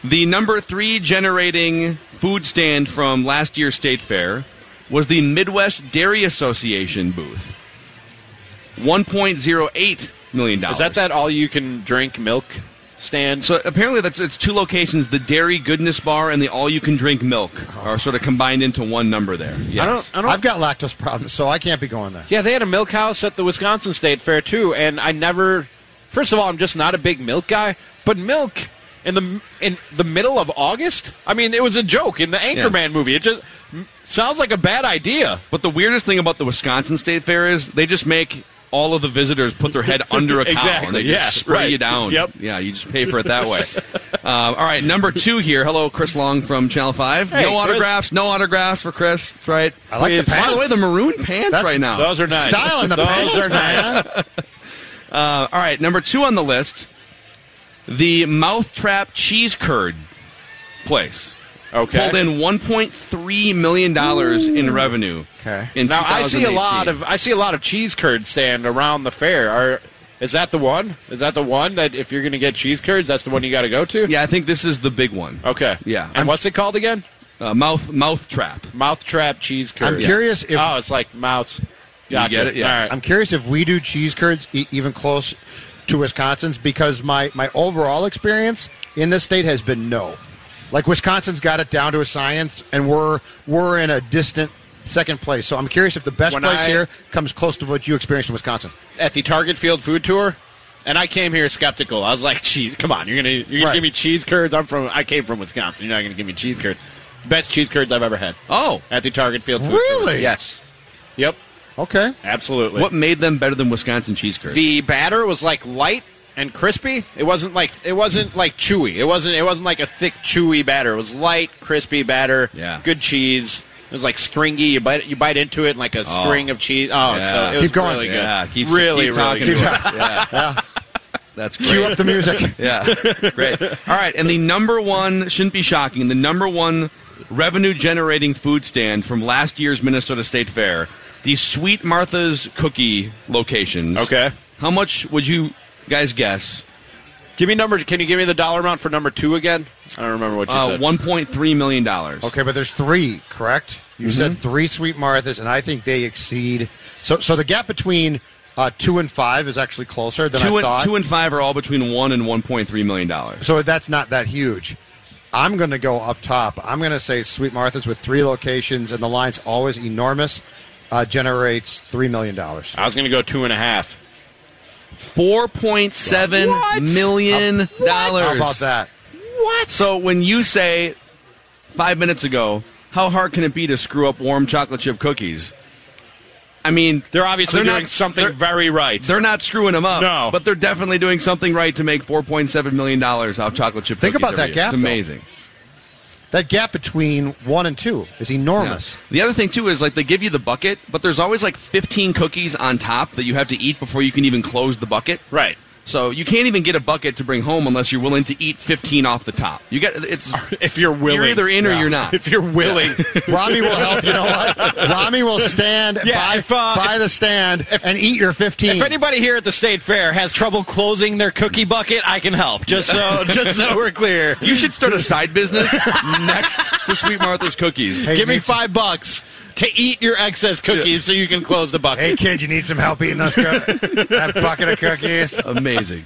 E: the number three generating food stand from last year's state fair was the Midwest Dairy Association booth. One point zero eight million dollars.
A: Is that that all you can drink milk stand?
E: So apparently that's it's two locations: the Dairy Goodness Bar and the All You Can Drink Milk are sort of combined into one number there. Yes.
A: I don't. I don't
J: I've got lactose problems, so I can't be going there.
A: Yeah, they had a milk house at the Wisconsin State Fair too, and I never. First of all, I'm just not a big milk guy, but milk in the in the middle of August. I mean, it was a joke in the Anchorman movie. It just m- sounds like a bad idea.
E: But the weirdest thing about the Wisconsin State Fair is they just make all of the visitors put their head
A: [laughs]
E: under a cow and
A: Exactly,
E: they just
A: yeah,
E: spray
A: right.
E: you down.
A: Yep.
E: Yeah, you just pay for it
A: [laughs]
E: that way. um, all right, number two here. Hello, Chris Long from Channel Five.
A: Hey,
E: no
A: Chris.
E: autographs. No autographs for Chris. That's right.
J: I like the
E: Please. By
J: pants.
E: the way, the maroon pants
J: That's-
E: right now.
A: those are nice.
J: Style in the
A: Those
J: pants,
A: are
J: man.
E: Uh, all right, number two on the list, the Mouth Trap Cheese Curd place.
A: Okay.
E: Pulled in $1.3 million in revenue.
J: Okay.
E: In
A: now I see a
E: 2018.
A: lot of I see a lot of cheese curd stand around the fair. Are is that the one? Is that the one that if you're going to get cheese curds, that's the one you got to go to?
E: Yeah, I think this is the big one.
A: Okay.
E: Yeah.
A: And what's it called again?
E: Uh, mouth mouth trap.
A: Mouth trap cheese curd.
J: I'm curious if-
A: oh, it's like mouse. Gotcha.
E: get it? Yeah.
A: All right.
J: I'm curious if we do cheese curds e- even close to Wisconsin's because my, my overall experience in this state has been no. Like Wisconsin's got it down to a science, and we're we're in a distant second place. So I'm curious if the best
A: When
J: place
A: I-
J: here comes close to what you experienced in Wisconsin.
A: at the Target Field food tour, and I came here skeptical. I was like, "Cheese, come on, you're gonna you're gonna
J: Right.
A: give me cheese curds? I'm from I came from Wisconsin. You're not gonna give me cheese curds. Best cheese curds I've ever had.
E: Oh.
A: At the Target Field food tour.
J: Really?
A: Yes. Yep.
J: Okay.
A: Absolutely.
E: What made them better than Wisconsin cheese curds?
A: The batter was like light and crispy. It wasn't like it wasn't like chewy. It wasn't it wasn't like a thick chewy batter. It was light, crispy batter.
E: Yeah.
A: Good cheese. It was like stringy. You bite you bite into it and like a
E: Oh.
A: string of cheese. Oh, so
E: Yeah.
A: it was
J: Keep going.
A: really good.
E: Yeah, keep-
A: really really
E: keep talking
A: good.
E: to us. Yeah. That's great.
J: Cue up the
E: [laughs]
J: music.
E: Yeah, great. All right, and the number one shouldn't be shocking. The number one revenue generating food stand from last year's Minnesota State Fair, the Sweet Martha's cookie locations.
A: Okay.
E: how much would you guys guess?
A: Give me number. Can you give me the dollar amount for number two again? I don't remember what you
E: Uh,
A: said.
E: One point three million dollars.
J: Okay, but there's three, correct?
E: Mm-hmm.
J: You said three Sweet Marthas, and I think they exceed. So, so the gap between uh, two and five is actually closer than I
E: Two and,
J: thought.
E: two and five are all between one and one point three million dollars.
J: So that's not that huge. I'm going to go up top. I'm going to say Sweet Martha's with three locations, and the line's always enormous. Uh, generates three million dollars.
A: I was going to go two and a half.
E: Four point seven
J: What?
E: million
J: How- what?
E: dollars.
J: How about that?
E: What? So when you say five minutes ago, how hard can it be to screw up warm chocolate chip cookies? I mean,
A: They're obviously
E: they're
A: doing
E: not-
A: something
E: they're-
A: very right.
E: They're not screwing them up.
A: No.
E: but they're definitely doing something right to make four point seven million dollars off chocolate chip.
J: Think
E: cookies
J: about
E: every
J: that
E: year.
J: gap,
E: It's
J: though.
E: amazing.
J: That gap between one and two is enormous.
E: Yeah. The other thing too is like they give you the bucket, but there's always like 15 cookies on top that you have to eat before you can even close the bucket.
A: Right.
E: So you can't even get a bucket to bring home unless you're willing to eat 15 off the top. You get it's
A: if you're willing.
E: You're either in or
A: Yeah.
E: you're not.
A: If you're willing. [laughs]
J: Rami will help. You know what? Rami will stand
A: Yeah,
J: by,
A: if, uh,
J: by the stand and eat your 15.
A: If anybody here at the state fair has trouble closing their cookie bucket, I can help. Just [laughs] so, just so we're clear.
E: You should start a side business next to Sweet Martha's Cookies.
J: Hey,
A: Give me
J: Mitch-
A: five bucks to eat your excess cookies so you can close the bucket.
J: hey, kid, you need some help eating those
A: [laughs]
J: cookies? that bucket of cookies?
E: Amazing.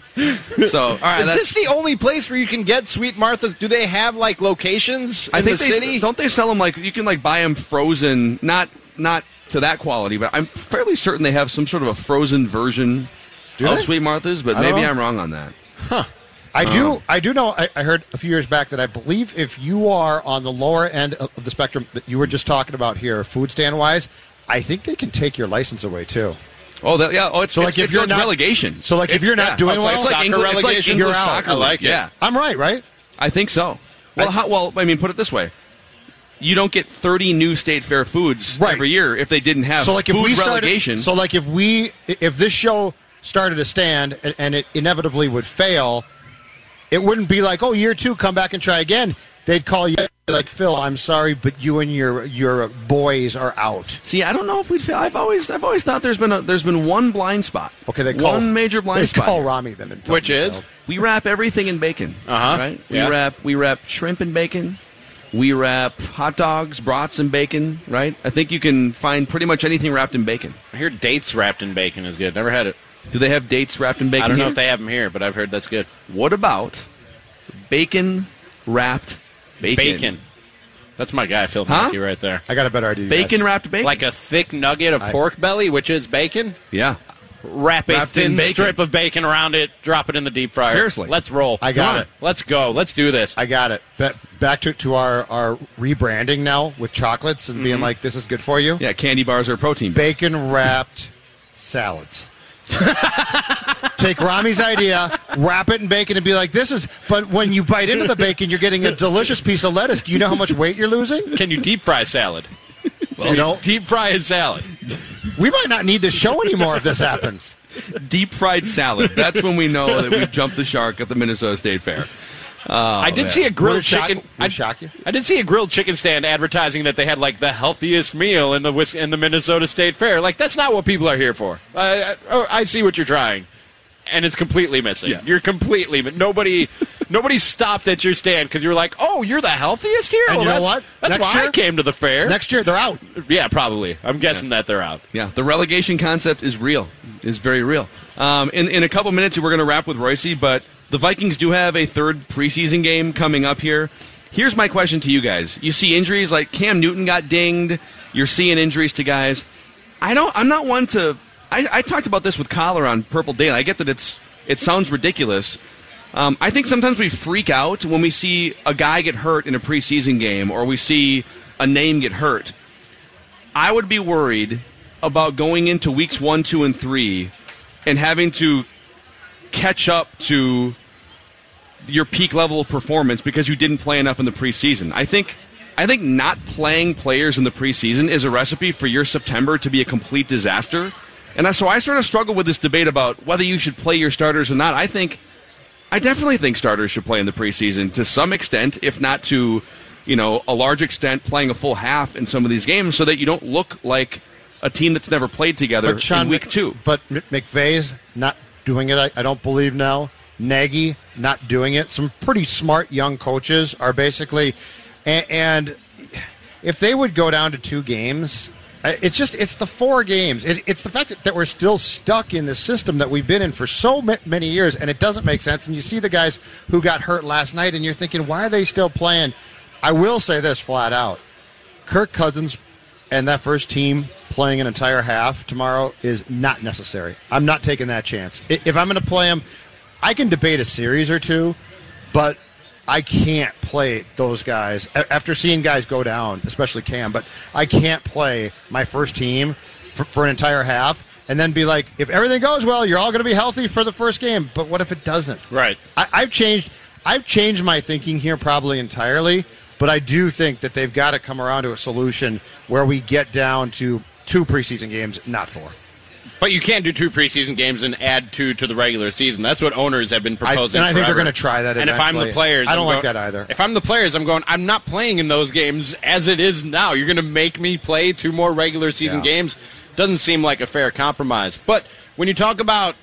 E: So, all right,
A: Is
E: that's-
A: this the only place where you can get Sweet Martha's? Do they have like locations in
E: I think
A: the
E: they,
A: city?
E: Don't they sell them like you can like buy them frozen? Not not to that quality, but I'm fairly certain they have some sort of a frozen version of
J: they?
E: Sweet Martha's. But
J: I don't
E: maybe
J: know.
E: I'm wrong on that.
J: I do. I do know. I, I heard a few years back that I believe if you are on the lower end of the spectrum that you were just talking about here, food stand wise, I think they can take your license away too.
E: Oh, that, yeah. Oh, it's
J: So, like,
E: it's,
J: if
E: it's,
J: you're
E: it's
J: not-
E: relegation.
J: so, like, if
E: It's-
J: you're not
E: yeah.
J: doing
E: it's
J: well-
E: like,
J: Soccer
E: Engli- it's like
A: relegation,
E: English
J: you're out.
E: soccer.
A: I like
E: league.
A: it.
E: Yeah,
J: I'm right, right?
E: I think so. Well, how, well, I mean, put it this way. You don't get 30 new state fair foods
J: Right.
E: every year if they didn't have
J: so like if
E: food
J: we started,
E: relegation.
J: so like if we if this show started a stand and, and it inevitably would fail, it wouldn't be like oh year two come back and try again. They'd call you like Phil, I'm sorry, but you and your your boys are out.
E: See, I don't know if we. would I've always, I've always thought there's been a, there's been one blind spot.
J: Okay, they call
E: one major blind
J: they
E: spot.
J: call
E: here.
J: Rami then, and tell
A: Which
J: him to
A: is?
J: go.
E: We wrap everything in bacon.
A: Uh-huh.
E: Right? We
A: Yeah.
E: wrap we wrap shrimp in bacon. We wrap hot dogs, brats, and bacon. Right? I think you can find pretty much anything wrapped in bacon.
A: I hear dates wrapped in bacon is good. Never had it.
E: Do they have dates wrapped in bacon?
A: I don't know
E: here?
A: if they have them here, but I've heard that's good.
E: What about bacon wrapped bacon?
A: Bacon. That's my guy, Phil
E: Huh?
A: Mackey, right there.
J: I got a better idea. you
E: Bacon
J: guys.
E: wrapped bacon.
A: Like a thick nugget of
J: I-
A: pork belly, which is bacon.
E: yeah.
A: Wrap a
E: Wrapped in
A: thin
E: bacon.
A: strip of bacon around it. Drop it in the deep fryer.
E: Seriously.
A: let's roll.
J: I got
A: Come on.
J: it.
A: Let's go. Let's do this.
J: I got it. But back to, to our, our rebranding now with chocolates and
A: Mm-hmm.
J: being like, this is good for you.
E: Yeah. Candy bars or protein. bars.
J: Bacon wrapped
E: [laughs]
J: salads. Take Rami's idea, wrap it in bacon, and be like, this is. But when you bite into the bacon, you're getting a delicious piece of lettuce. Do you know how much weight you're losing?
A: Can you deep fry salad?
J: you know,
A: Deep fry a salad.
J: we might not need this show anymore if this happens.
E: Deep fried salad. That's when we know that we jumped the shark at the Minnesota State Fair.
A: I did see a
J: Would
A: grilled
J: it Oh, shock-
A: chicken.
J: would it
A: I,
J: shock you?
A: I did see a grilled chicken stand advertising that they had like the healthiest meal in the Wis- in the Minnesota State Fair. Like that's not what people are here for. I, I, oh, I see what you're trying, and it's completely missing.
E: Yeah.
A: You're completely mi- nobody nobody stopped at your stand because you were like, oh, you're the healthiest here.
J: And
A: Well,
J: you know
A: that's-
J: what?
A: That's
J: Next
A: why I
J: year-
A: came to the fair.
J: Next year, they're out.
A: yeah, probably. I'm guessing that they're out.
E: Yeah, the relegation concept is real, is very real. Um, in, in a couple minutes, we're going to wrap with Royce, but the Vikings do have a third preseason game coming up here. Here's my question to you guys: You see injuries like Cam Newton got dinged. You're seeing injuries to guys. I don't. I'm not one to. I, I talked about this with Collar on Purple Daily. I get that it's it sounds ridiculous. Um, I think sometimes we freak out when we see a guy get hurt in a preseason game, or we see a name get hurt. I would be worried about going into weeks one, two, and three and having to catch up to your peak level of performance because you didn't play enough in the preseason. I think I think not playing players in the preseason is a recipe for your September to be a complete disaster. And I, so I sort of struggle with this debate about whether you should play your starters or not. I think I definitely think starters should play in the preseason to some extent, if not to, you know, a large extent, playing a full half in some of these games so that you don't look like a team that's never played together in week two.
J: But M- McVay's not doing it. I, I don't believe now. Nagy not doing it. Some pretty smart young coaches are basically, and, and if they would go down to two games, I- it's just it's the four games. It, it's the fact that, that we're still stuck in the system that we've been in for so ma- many years, and it doesn't make sense. And you see the guys who got hurt last night, and you're thinking, why are they still playing? I will say this flat out: Kirk Cousins and that first team playing an entire half tomorrow is not necessary. I'm not taking that chance. I- If I'm going to play them, I can debate a series or two, but I can't play those guys A- after seeing guys go down, especially Cam. But I can't play my first team for, for an entire half and then be like, if everything goes well, you're all going to be healthy for the first game. But what if it doesn't?
A: Right.
J: I, I've changed. I've changed my thinking here probably entirely, but I do think that they've got to come around to a solution where we get down to two preseason games, not four.
A: But you can't do two preseason games and add two to the regular season. That's what owners have been proposing.
J: I think they're
A: forever.
J: gonna try that
A: And if I'm the
J: eventually.
A: players,
J: I don't
A: I'm
J: like
A: go-
J: that either.
A: If I'm the players, I'm going. I'm not playing in those games as it is now. You're going to make me play two more regular season
J: Yeah.
A: games. Doesn't seem like a fair compromise. But when you talk about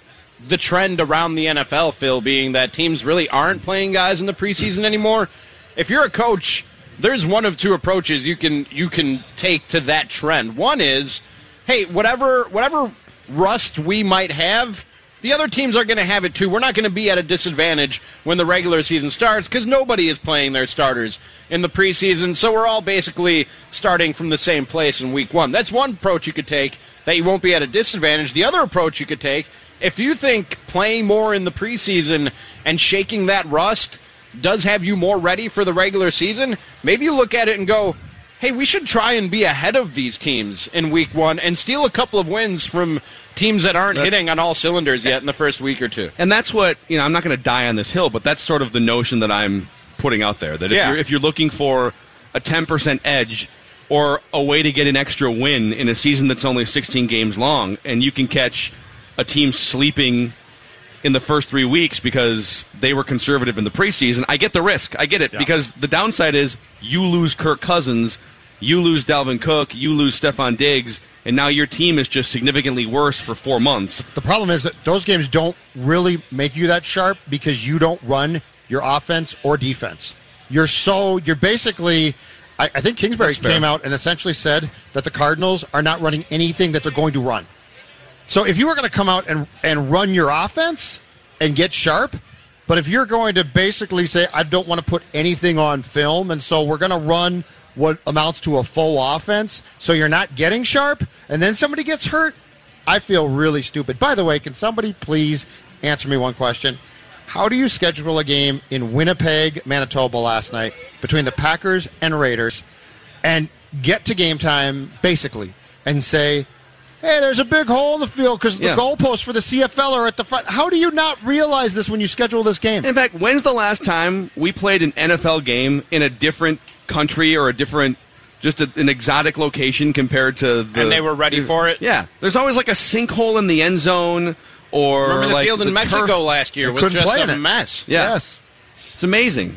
A: the trend around the NFL, Phil, being that teams really aren't playing guys in the preseason anymore, if you're a coach, there's one of two approaches you can you can take to that trend. One is hey, whatever whatever rust we might have, the other teams are going to have it too. We're not going to be at a disadvantage when the regular season starts because nobody is playing their starters in the preseason. So we're all basically starting from the same place in week one. That's one approach you could take that you won't be at a disadvantage. The other approach you could take, if you think playing more in the preseason and shaking that rust does have you more ready for the regular season, maybe you look at it and go, hey, we should try and be ahead of these teams in week one and steal a couple of wins from teams that aren't
E: That's-
A: hitting on all cylinders yet in the first week or two.
E: And that's what you know. I'm not going to die on this hill, but that's sort of the notion that I'm putting out there. That if,
A: Yeah.
E: you're, if you're looking for a 10% edge or a way to get an extra win in a season that's only 16 games long, and you can catch a team sleeping in the first three weeks because they were conservative in the preseason, I get the risk. I get it because the downside is you lose Kirk Cousins, you lose Dalvin Cook, you lose Stephon Diggs, and now your team is just significantly worse for four months.
J: The problem is that those games don't really make you that sharp because you don't run your offense or defense. You're so you're basically. I, I think Kingsbury
E: That's fair.
J: came out and essentially said that the Cardinals are not running anything that they're going to run. So if you were going to come out and and run your offense and get sharp, but if you're going to basically say I don't want to put anything on film, and so we're going to run what amounts to a full offense, so you're not getting sharp, and then somebody gets hurt, I feel really stupid. By the way, can somebody please answer me one question? How do you schedule a game in Winnipeg, Manitoba last night between the Packers and Raiders and get to game time basically and say, hey, there's a big hole in the field because
E: Yeah.
J: the goalposts for the CFL are at the front? How do you not realize this when you schedule this game?
E: In fact, when's the last time we played an NFL game in a different country or a different, just a, an exotic location compared to the.
A: And they were ready for it?
E: Yeah. There's always like a sinkhole in the end zone or.
A: Remember the
E: like,
A: field in Mexico
E: turf-
A: last year
E: They
A: was
E: couldn't
A: just
E: play
A: a
E: in it.
A: mess.
E: Yeah.
J: Yes.
E: It's amazing.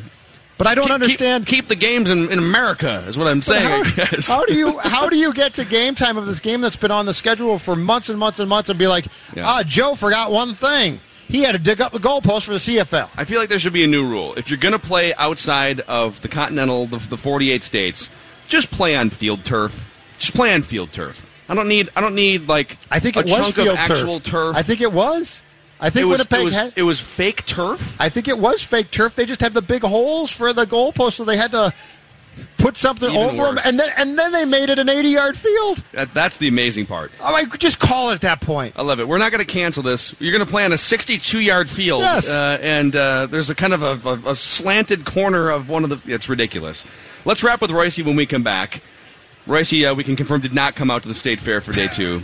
J: But I don't understand.
E: Keep the games in, in America, is what I'm saying. I
J: But
E: guess.
J: How do
E: [laughs]
J: you how do you get to game time of this game that's been on the schedule for months and months and months and be like,
E: Yeah.
J: ah, Joe forgot one thing. He had to dig up the goalpost for the CFL.
E: I feel like there should be a new rule. If you're going to play outside of the continental, the, the 48 states, just play on field turf. Just play on field turf. I don't need. I don't need like.
J: I think
E: a
J: it was
E: chunk
J: field
E: of actual turf.
J: I think it was. I think
E: it was,
J: Winnipeg
E: it was,
J: had.
E: it was fake turf.
J: I think it was fake turf. They just had the big holes for the goalpost, so they had to put something
E: Even
J: over them,
E: worse.
J: and then and then they made it an eighty-yard field.
E: That, that's the amazing part.
J: Oh, I just call it at that point.
E: I love it. We're not going to cancel this. You're going to play on a 62 yard field.
J: Yes.
E: Uh, and uh, there's a kind of a, a, a slanted corner of one of the. It's ridiculous. Let's wrap with Royce when we come back. Royce, uh, we can confirm, did not come out to the state fair for day two.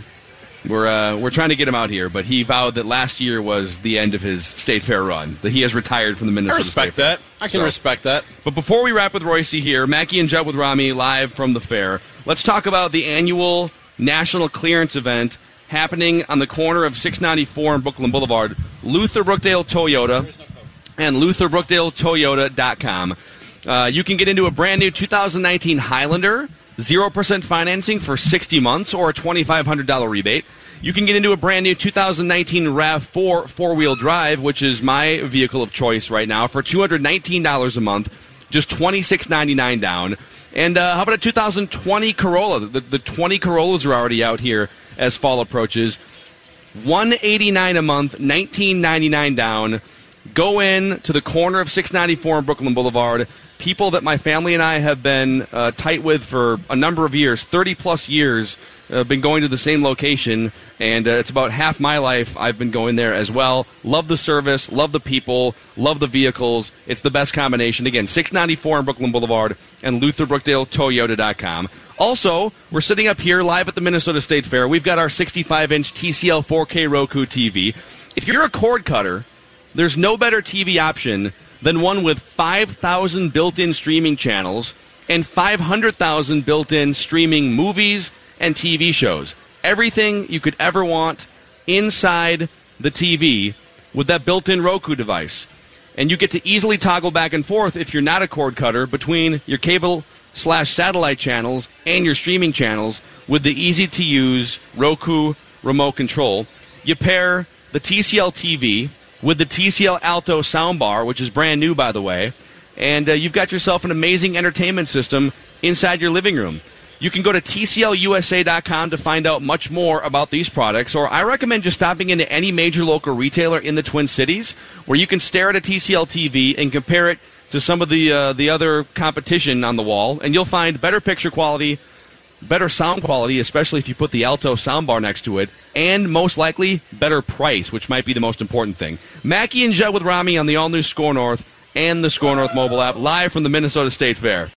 E: We're, uh, we're trying to get him out here, but he vowed that last year was the end of his state fair run, that he has retired from the
A: I
E: Minnesota
A: respect
E: State Fair.
A: that. I can
E: So-
A: respect that.
E: But before we wrap with Royce here, Mackie and Judd with Rami live from the fair. Let's talk about the annual national clearance event happening on the corner of 694 and Brooklyn Boulevard, Luther Brookdale Toyota, and LutherBrookdaleToyota.com. Uh, you can get into a brand new 2019 Highlander, 0% financing for 60 months or a $2,500 rebate. You can get into a brand new 2019 RAV4 four wheel drive, which is my vehicle of choice right now, for $219 a month, just $26.99 down. And uh, how about a 2020 Corolla? The, the 20 Corollas are already out here as fall approaches. 189 a month, 19.99 down. Go in to the corner of 694 and Brooklyn Boulevard. People that my family and I have been uh, tight with for a number of years, 30 plus years, uh, been going to the same location, and uh, it's about half my life I've been going there as well. Love the service, love the people, love the vehicles. It's the best combination. Again, 694 on Brooklyn Boulevard and LutherBrookdaleToyota.com. Also, we're sitting up here live at the Minnesota State Fair. We've got our 65 inch TCL 4K Roku TV. If you're a cord cutter, there's no better TV option than one with 5,000 built in streaming channels and 500,000 built in streaming movies and TV shows. Everything you could ever want inside the TV with that built in Roku device. And you get to easily toggle back and forth if you're not a cord cutter between your cable slash satellite channels and your streaming channels with the easy to use Roku remote control. You pair the TCL TV with the TCL Alto soundbar, which is brand new, by the way, and uh, you've got yourself an amazing entertainment system inside your living room. You can go to TCLUSA.com to find out much more about these products, or I recommend just stopping into any major local retailer in the Twin Cities where you can stare at a TCL TV and compare it to some of the, uh, the other competition on the wall, and you'll find better picture quality, better sound quality, especially if you put the Alto soundbar next to it, and most likely better price, which might be the most important thing. Mackie and Judd with Rami on the all new Score North and the Score North mobile app, live from the Minnesota State Fair.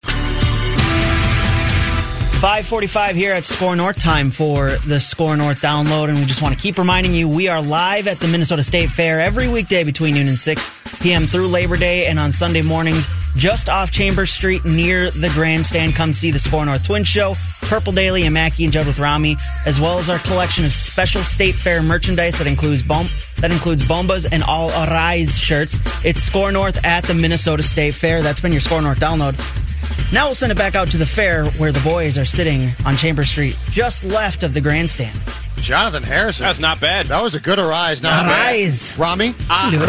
F: 545 here at Score North time for the Score North download. And we just want to keep reminding you we are live at the Minnesota State Fair every weekday between noon and 6 p.m. through Labor Day and on Sunday mornings just off Chambers Street near the grandstand. Come see the Score North Twin Show, Purple Daily, and Mackie and Judd with Rami, as well as our collection of special State Fair merchandise that includes bomb that includes bombas and all Arise shirts. It's Score North at the Minnesota State Fair. That's been your Score North download. Now we'll send it back out to the fair where the boys are sitting on Chambers Street, just left of the grandstand.
J: Jonathan Harrison. That's
A: not bad.
J: That was a good arise. Not
F: Arise.
J: bad. Rami.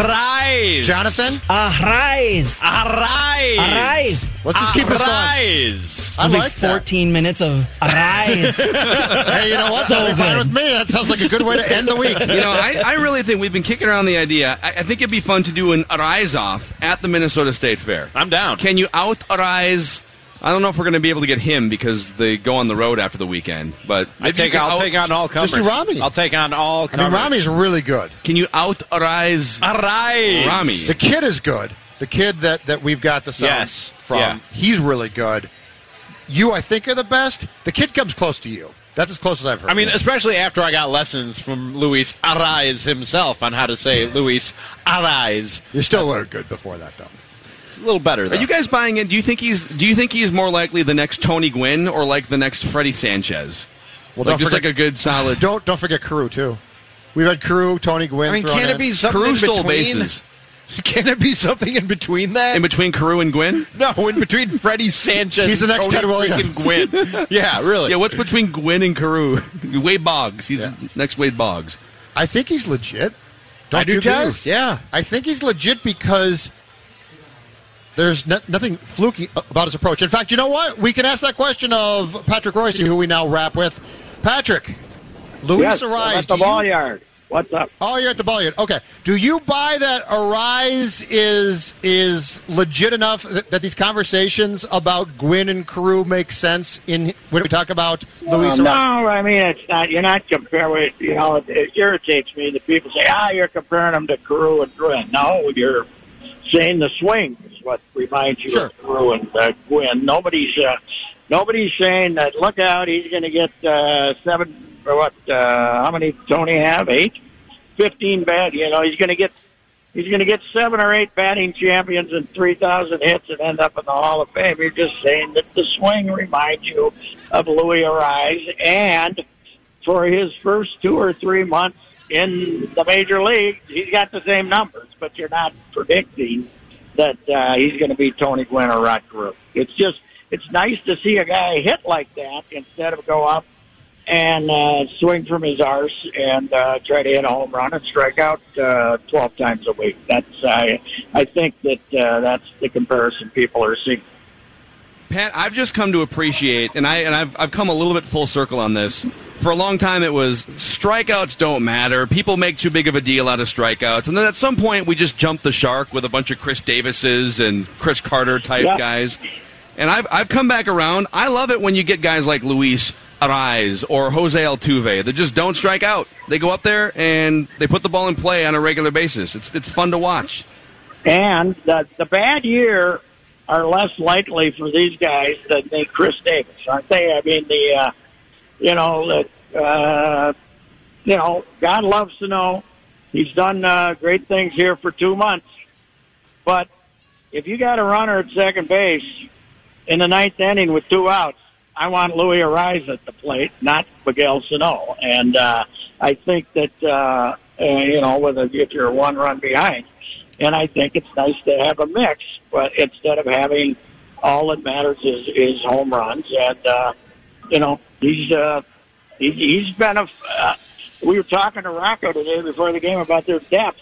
A: Arise.
J: Jonathan.
F: Arise.
A: Arise.
F: Arise.
J: Let's just keep this going.
A: Arise.
J: I
F: It'll be
J: like that.
F: 14 minutes of arise.
J: Hey, you know what?
F: So
J: That'll be fine
F: good.
J: with me. That sounds like a good way to end the week.
E: you know, I, I really think we've been kicking around the idea. I, I think it'd be fun to do an arise off at the Minnesota State Fair.
A: I'm down.
E: Can you out arise? I don't know if we're going to be able to get him because they go on the road after the weekend. But
A: I
E: maybe you
A: take,
E: can
A: I'll
E: out-
A: take on all comers.
J: Just do Rami.
A: I'll take on all
J: I
A: comers.
J: mean, Rami's really good.
E: Can you out arise?
A: Uh, Arise.
E: Rami.
J: The kid is good. The kid that, that we've got the sound
A: Yes.
J: from,
A: Yeah.
J: he's really good. You, I think, are the best. The kid comes close to you. That's as close as I've heard.
A: I mean, especially after I got lessons from Luis Arise himself on how to say Luis Arise.
J: you still were good before that, though.
A: It's a little better. Though.
E: Are you guys buying in? Do you think he's? Do you think he's more likely the next Tony Gwynn or like the next Freddie Sanchez? Well, like
J: don't
E: just
J: forget-
E: like a good solid.
J: Don't don't forget Carew too. We've had Carew, Tony Gwynn.
A: I mean,
J: thrown
A: can
J: in.
A: it be something
E: Carew
A: in
E: stole
A: between?
E: bases
A: [laughs] Can it be something in between that?
E: in between Carew and Gwynn.
A: no, in between [laughs] Freddie Sanchez.
J: He's the next
A: Tony
J: Ted Williams. [laughs]
A: freaking
E: [laughs]
A: Gwynn. yeah, really.
E: Yeah, what's between Gwynn and Carew? [laughs] Wade Boggs. He's
J: Yeah.
E: next Wade Boggs.
J: I think he's legit. Don't
A: I do
J: you
A: too.
J: guys? Yeah, I think he's legit because there's no, nothing fluky about his approach. In fact, you know what? We can ask that question of Patrick Royce, who we now wrap with. Patrick, Luis Arise.
K: at the
J: do you-
K: ball yard. What's up?
J: oh, you're at the ball yard. Okay. Do you buy that Arise is is legit enough that, that these conversations about Gwynn and Carew make sense in when we talk about Luis
K: Well,
J: Arise?
K: Um, no, I mean it's not. You're not comparing. You know, it, it irritates me that people say, "Ah, you're comparing them to Carew and Gwynn." No, you're saying the swing is what reminds you
J: Sure.
K: of Carew and uh, Gwynn. Nobody's uh, nobody's saying that. Look out, he's going to get uh, seven or what? Uh, how many does Tony have? Eight, fifteen bad. You know, he's going to get. He's going to get seven or eight batting champions and 3,000 hits and end up in the Hall of Fame. You're just saying that the swing reminds you of Louis Arise. And for his first two or three months in the major league, he's got the same numbers, but you're not predicting that uh, he's going to be Tony Gwynn or Rod Carew. It's just, it's nice to see a guy hit like that instead of go up and uh, swing from his arse and uh, try to hit a home run and strike out uh, 12 times a week. That's I I think that uh, that's the comparison people are seeing.
F: Pat, I've just come to appreciate, and I and I've I've come a little bit full circle on this. For a long time, it was strikeouts don't matter. People make too big of a deal out of strikeouts, and then at some point, we just jumped the shark with a bunch of Chris Davises and Chris Carter type
E: Yeah.
F: guys. And I've I've come back around. I love it when you get guys like Luis Ariz or Jose Altuve that just don't strike out. They go up there and they put the ball in play on a regular basis. It's it's fun to watch.
E: And the, the bad year are less likely for these guys than the Chris Davis, aren't they? I mean, the uh, you know, the, uh, you know, God loves to know he's done uh, great things here for two months, but if you got a runner at second base in the ninth inning with two outs, I want Louis Arise at the plate, not Miguel Sano. And uh, I think that uh, uh, you know, whether if you're one run behind. And I think it's nice to have a mix, but instead of having all that matters is, is home runs. And, uh, you know, he's, uh, he, he's been a, uh, we were talking to Rocco today before the game about their depth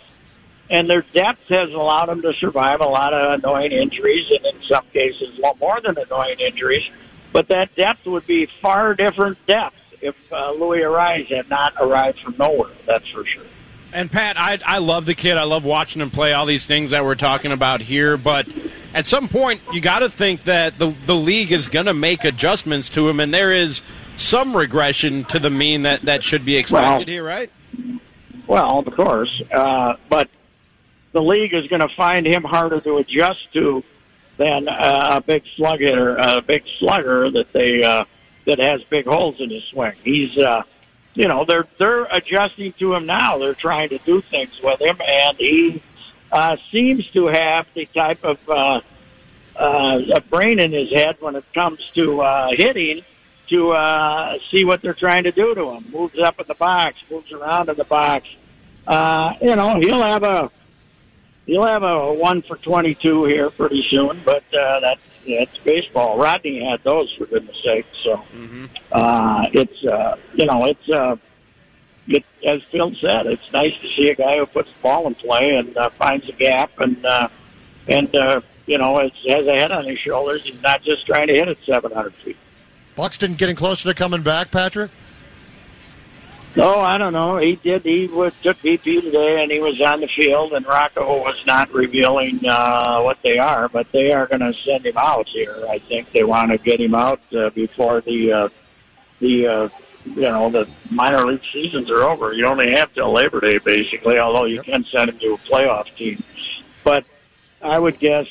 E: and their depth has allowed them to survive a lot of annoying injuries and in some cases a lot more than annoying injuries. But that depth would be far different depth if uh, Louis Arise had not arrived from nowhere. That's for sure.
A: And Pat, I, I love the kid. I love watching him play all these things that we're talking about here. But at some point, you got to think that the, the league is going to make adjustments to him, and there is some regression to the mean that, that should be expected
E: Well-
A: here, right?
E: Well, of course, uh, but the league is going to find him harder to adjust to than uh, a big slug hitter, a big slugger that they uh, that has big holes in his swing. He's, uh, you know, they're they're adjusting to him now. They're trying to do things with him, and he uh, seems to have the type of uh, uh, a brain in his head when it comes to uh, hitting to uh, see what they're trying to do to him. Moves up in the box, moves around in the box. Uh, you know, he'll have a he'll have a one for twenty two here pretty soon, but uh, that's that's baseball. Rodney had those for goodness sake. So uh, it's uh, you know it's. Uh, it, as Phil said, it's nice to see a guy who puts the ball in play and uh, finds a gap and uh, and uh, you know has, has a head on his shoulders. He's not just trying to hit it 700 feet.
J: Buxton getting closer to coming back, Patrick.
E: No, I don't know. He did. He was, took BP today, and he was on the field. And Rocco was not revealing uh, what they are, but they are going to send him out here. I think they want to get him out uh, before the uh, the uh, you know the minor league seasons are over. You only have till Labor Day, basically. Although you can send him to a playoff team, but I would guess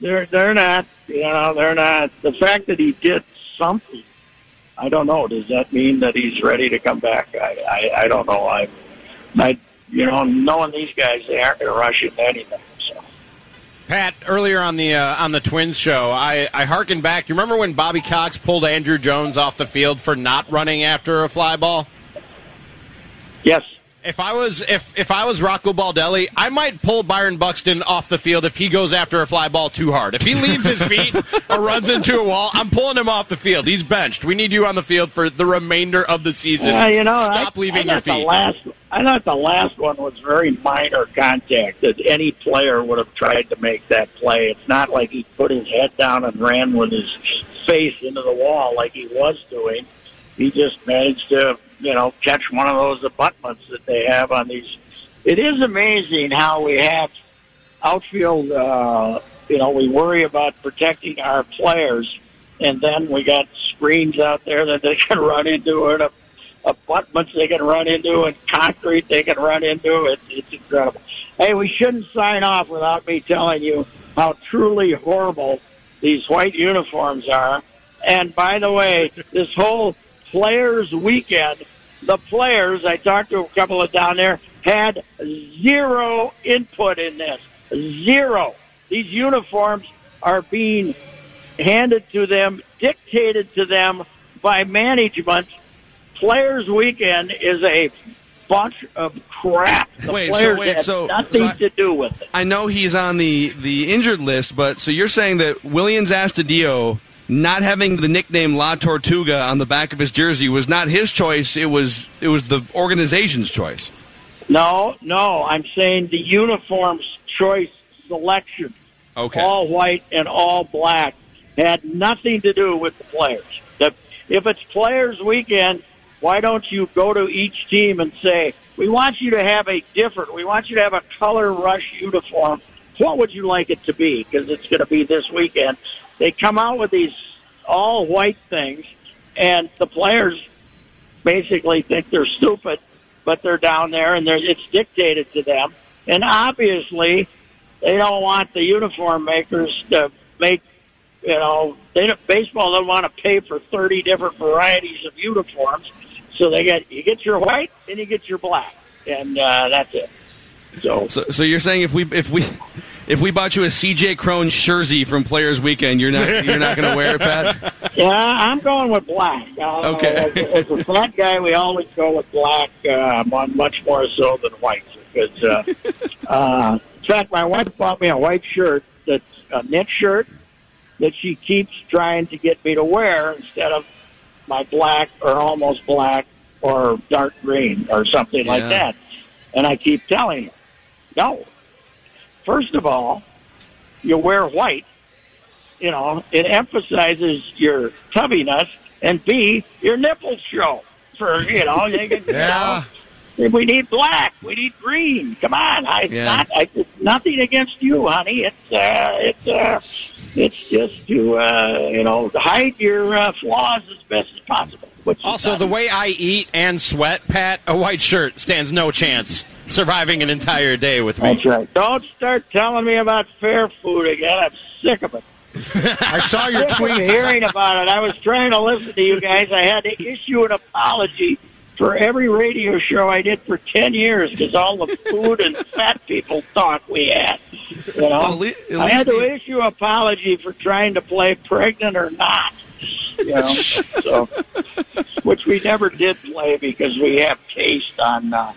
E: they're they're not. You know, they're not. The fact that he did something. I don't know. Does that mean that he's ready to come back? I, I, I don't know. I, I, you know, knowing these guys, they aren't going to rush into anything.
A: Pat, earlier on the uh, on the Twins show, I, I hearken back. You remember when Bobby Cox pulled Andrew Jones off the field for not running after a fly ball?
E: Yes.
A: If I was if if I was Rocco Baldelli, I might pull Byron Buxton off the field if he goes after a fly ball too hard. If he leaves his feet or runs into a wall, I'm pulling him off the field. He's benched. We need you on the field for the remainder of the season.
E: Yeah, you know,
A: stop
E: I,
A: leaving
E: I
A: your
E: thought
A: feet.
E: the last, I thought the last one was very minor contact that any player would have tried to make that play. It's not like he put his head down and ran with his face into the wall like he was doing. He just managed to, you know, catch one of those abutments that they have on these. It is amazing how we have outfield. Uh, you know, we worry about protecting our players, and then we got screens out there that they can run into and a abutments they can run into and concrete they can run into. It's, it's incredible. Hey, we shouldn't sign off without me telling you how truly horrible these white uniforms are. And by the way, this whole players weekend, the players, I talked to a couple of down there, had zero input in this. Zero. These uniforms are being handed to them, dictated to them by management. Players Weekend is a bunch of crap. The
F: Wait, so
E: players
F: wait,
E: have
F: so-
E: nothing
F: so I-
E: to do with it.
F: I know he's on the the injured list, but so you're saying that Williams Astadio not having the nickname La Tortuga on the back of his jersey was not his choice. It was it was the organization's choice.
E: No, no, I'm saying the uniforms choice selection,
F: Okay.
E: all white and all black, had nothing to do with the players. The, if it's players' weekend, why don't you go to each team and say, we want you to have a different, we want you to have a color rush uniform. What would you like it to be? Because it's going to be this weekend. They come out with these all white things, and the players basically think they're stupid, but they're down there and they're, it's dictated to them. And obviously, they don't want the uniform makers to make, you know, they don't, baseball doesn't want to pay for 30 different varieties of uniforms. So they get, you get your white and you get your black. And, uh, that's it. So,
A: so, you're saying if we if we if we bought you a CJ Crone jersey from Players Weekend, you're not you're not going to wear it, Pat?
E: Yeah, I'm going with black. Uh,
A: Okay.
E: As, as a flat guy, we always go with black, uh, mon- much more so than white. Because, uh, uh, in fact, my wife bought me a white shirt that's a knit shirt that she keeps trying to get me to wear instead of my black or almost black or dark green or something like
L: Yeah.
E: that. And I keep telling her, no. First of all, you wear white you know, it emphasizes your tubbiness, and B, your nipples show. For you know, you
J: [laughs]
E: can,
J: Yeah.
E: you know, we need black, we need green. Come on, I,
J: Yeah.
E: not, I it's nothing against you, honey. It's uh, it's uh, it's just to uh, you know hide your uh, flaws as best as possible.
M: Also, the way I eat and sweat, Pat, a white shirt stands no chance surviving an entire day with me.
A: Oh,
E: That's right. Don't start telling me about fair food again. I'm sick of it.
J: I saw
A: [laughs]
J: your
E: Sick of
J: tweets.
E: hearing about it. I was trying to listen to you guys. I had to issue an apology for every radio show I did for ten years because all the food and fat people talk we had. You know,
A: Well, at le- at
E: I had
A: least
E: to
A: they-
E: issue an apology for trying to play pregnant or not.
A: [laughs]
E: You know, so, which we never did play because we have taste on uh,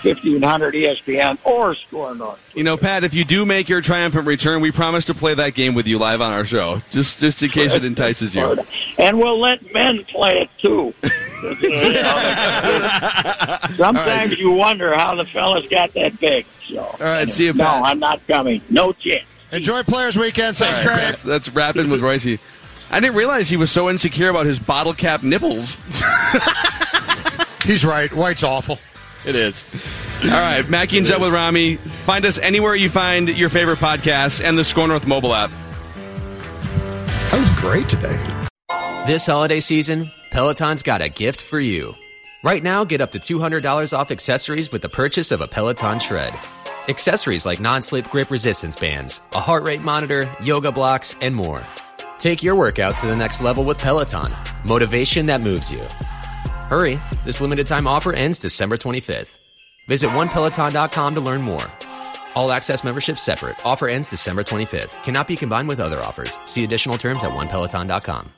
E: fifteen hundred E ESPN or Score North.
A: You know, Pat, if you do make your triumphant return, we promise to play that game with you live on our show, just just in case it entices you.
E: and we'll let men play it
A: [laughs]
E: too. Sometimes you wonder how the fellas got that big. So, all
A: right, see you.
E: No, I'm not coming. No chance.
J: Enjoy Players Weekend.
A: All
J: Thanks,
A: right,
J: Craig.
A: that's, that's rapping with Royce. I didn't realize he was so insecure about his bottle cap nipples.
J: He's right. White's awful.
A: It is. All right, Mackie and Judd with Rami. Find us anywhere you find your favorite podcasts and the Score North mobile app.
N: That was great today. This holiday season, Peloton's got a gift for you. Right now, get up to $200 off accessories with the purchase of a Peloton Shred. Accessories like non slip grip resistance bands, a heart rate monitor, yoga blocks, and more. Take your workout to the next level with Peloton. Motivation that moves you. Hurry, this limited time offer ends December 25th. Visit onepeloton.com to learn more. All access membership separate. Offer ends December 25th. Cannot be combined with other offers. See additional terms at onepeloton.com.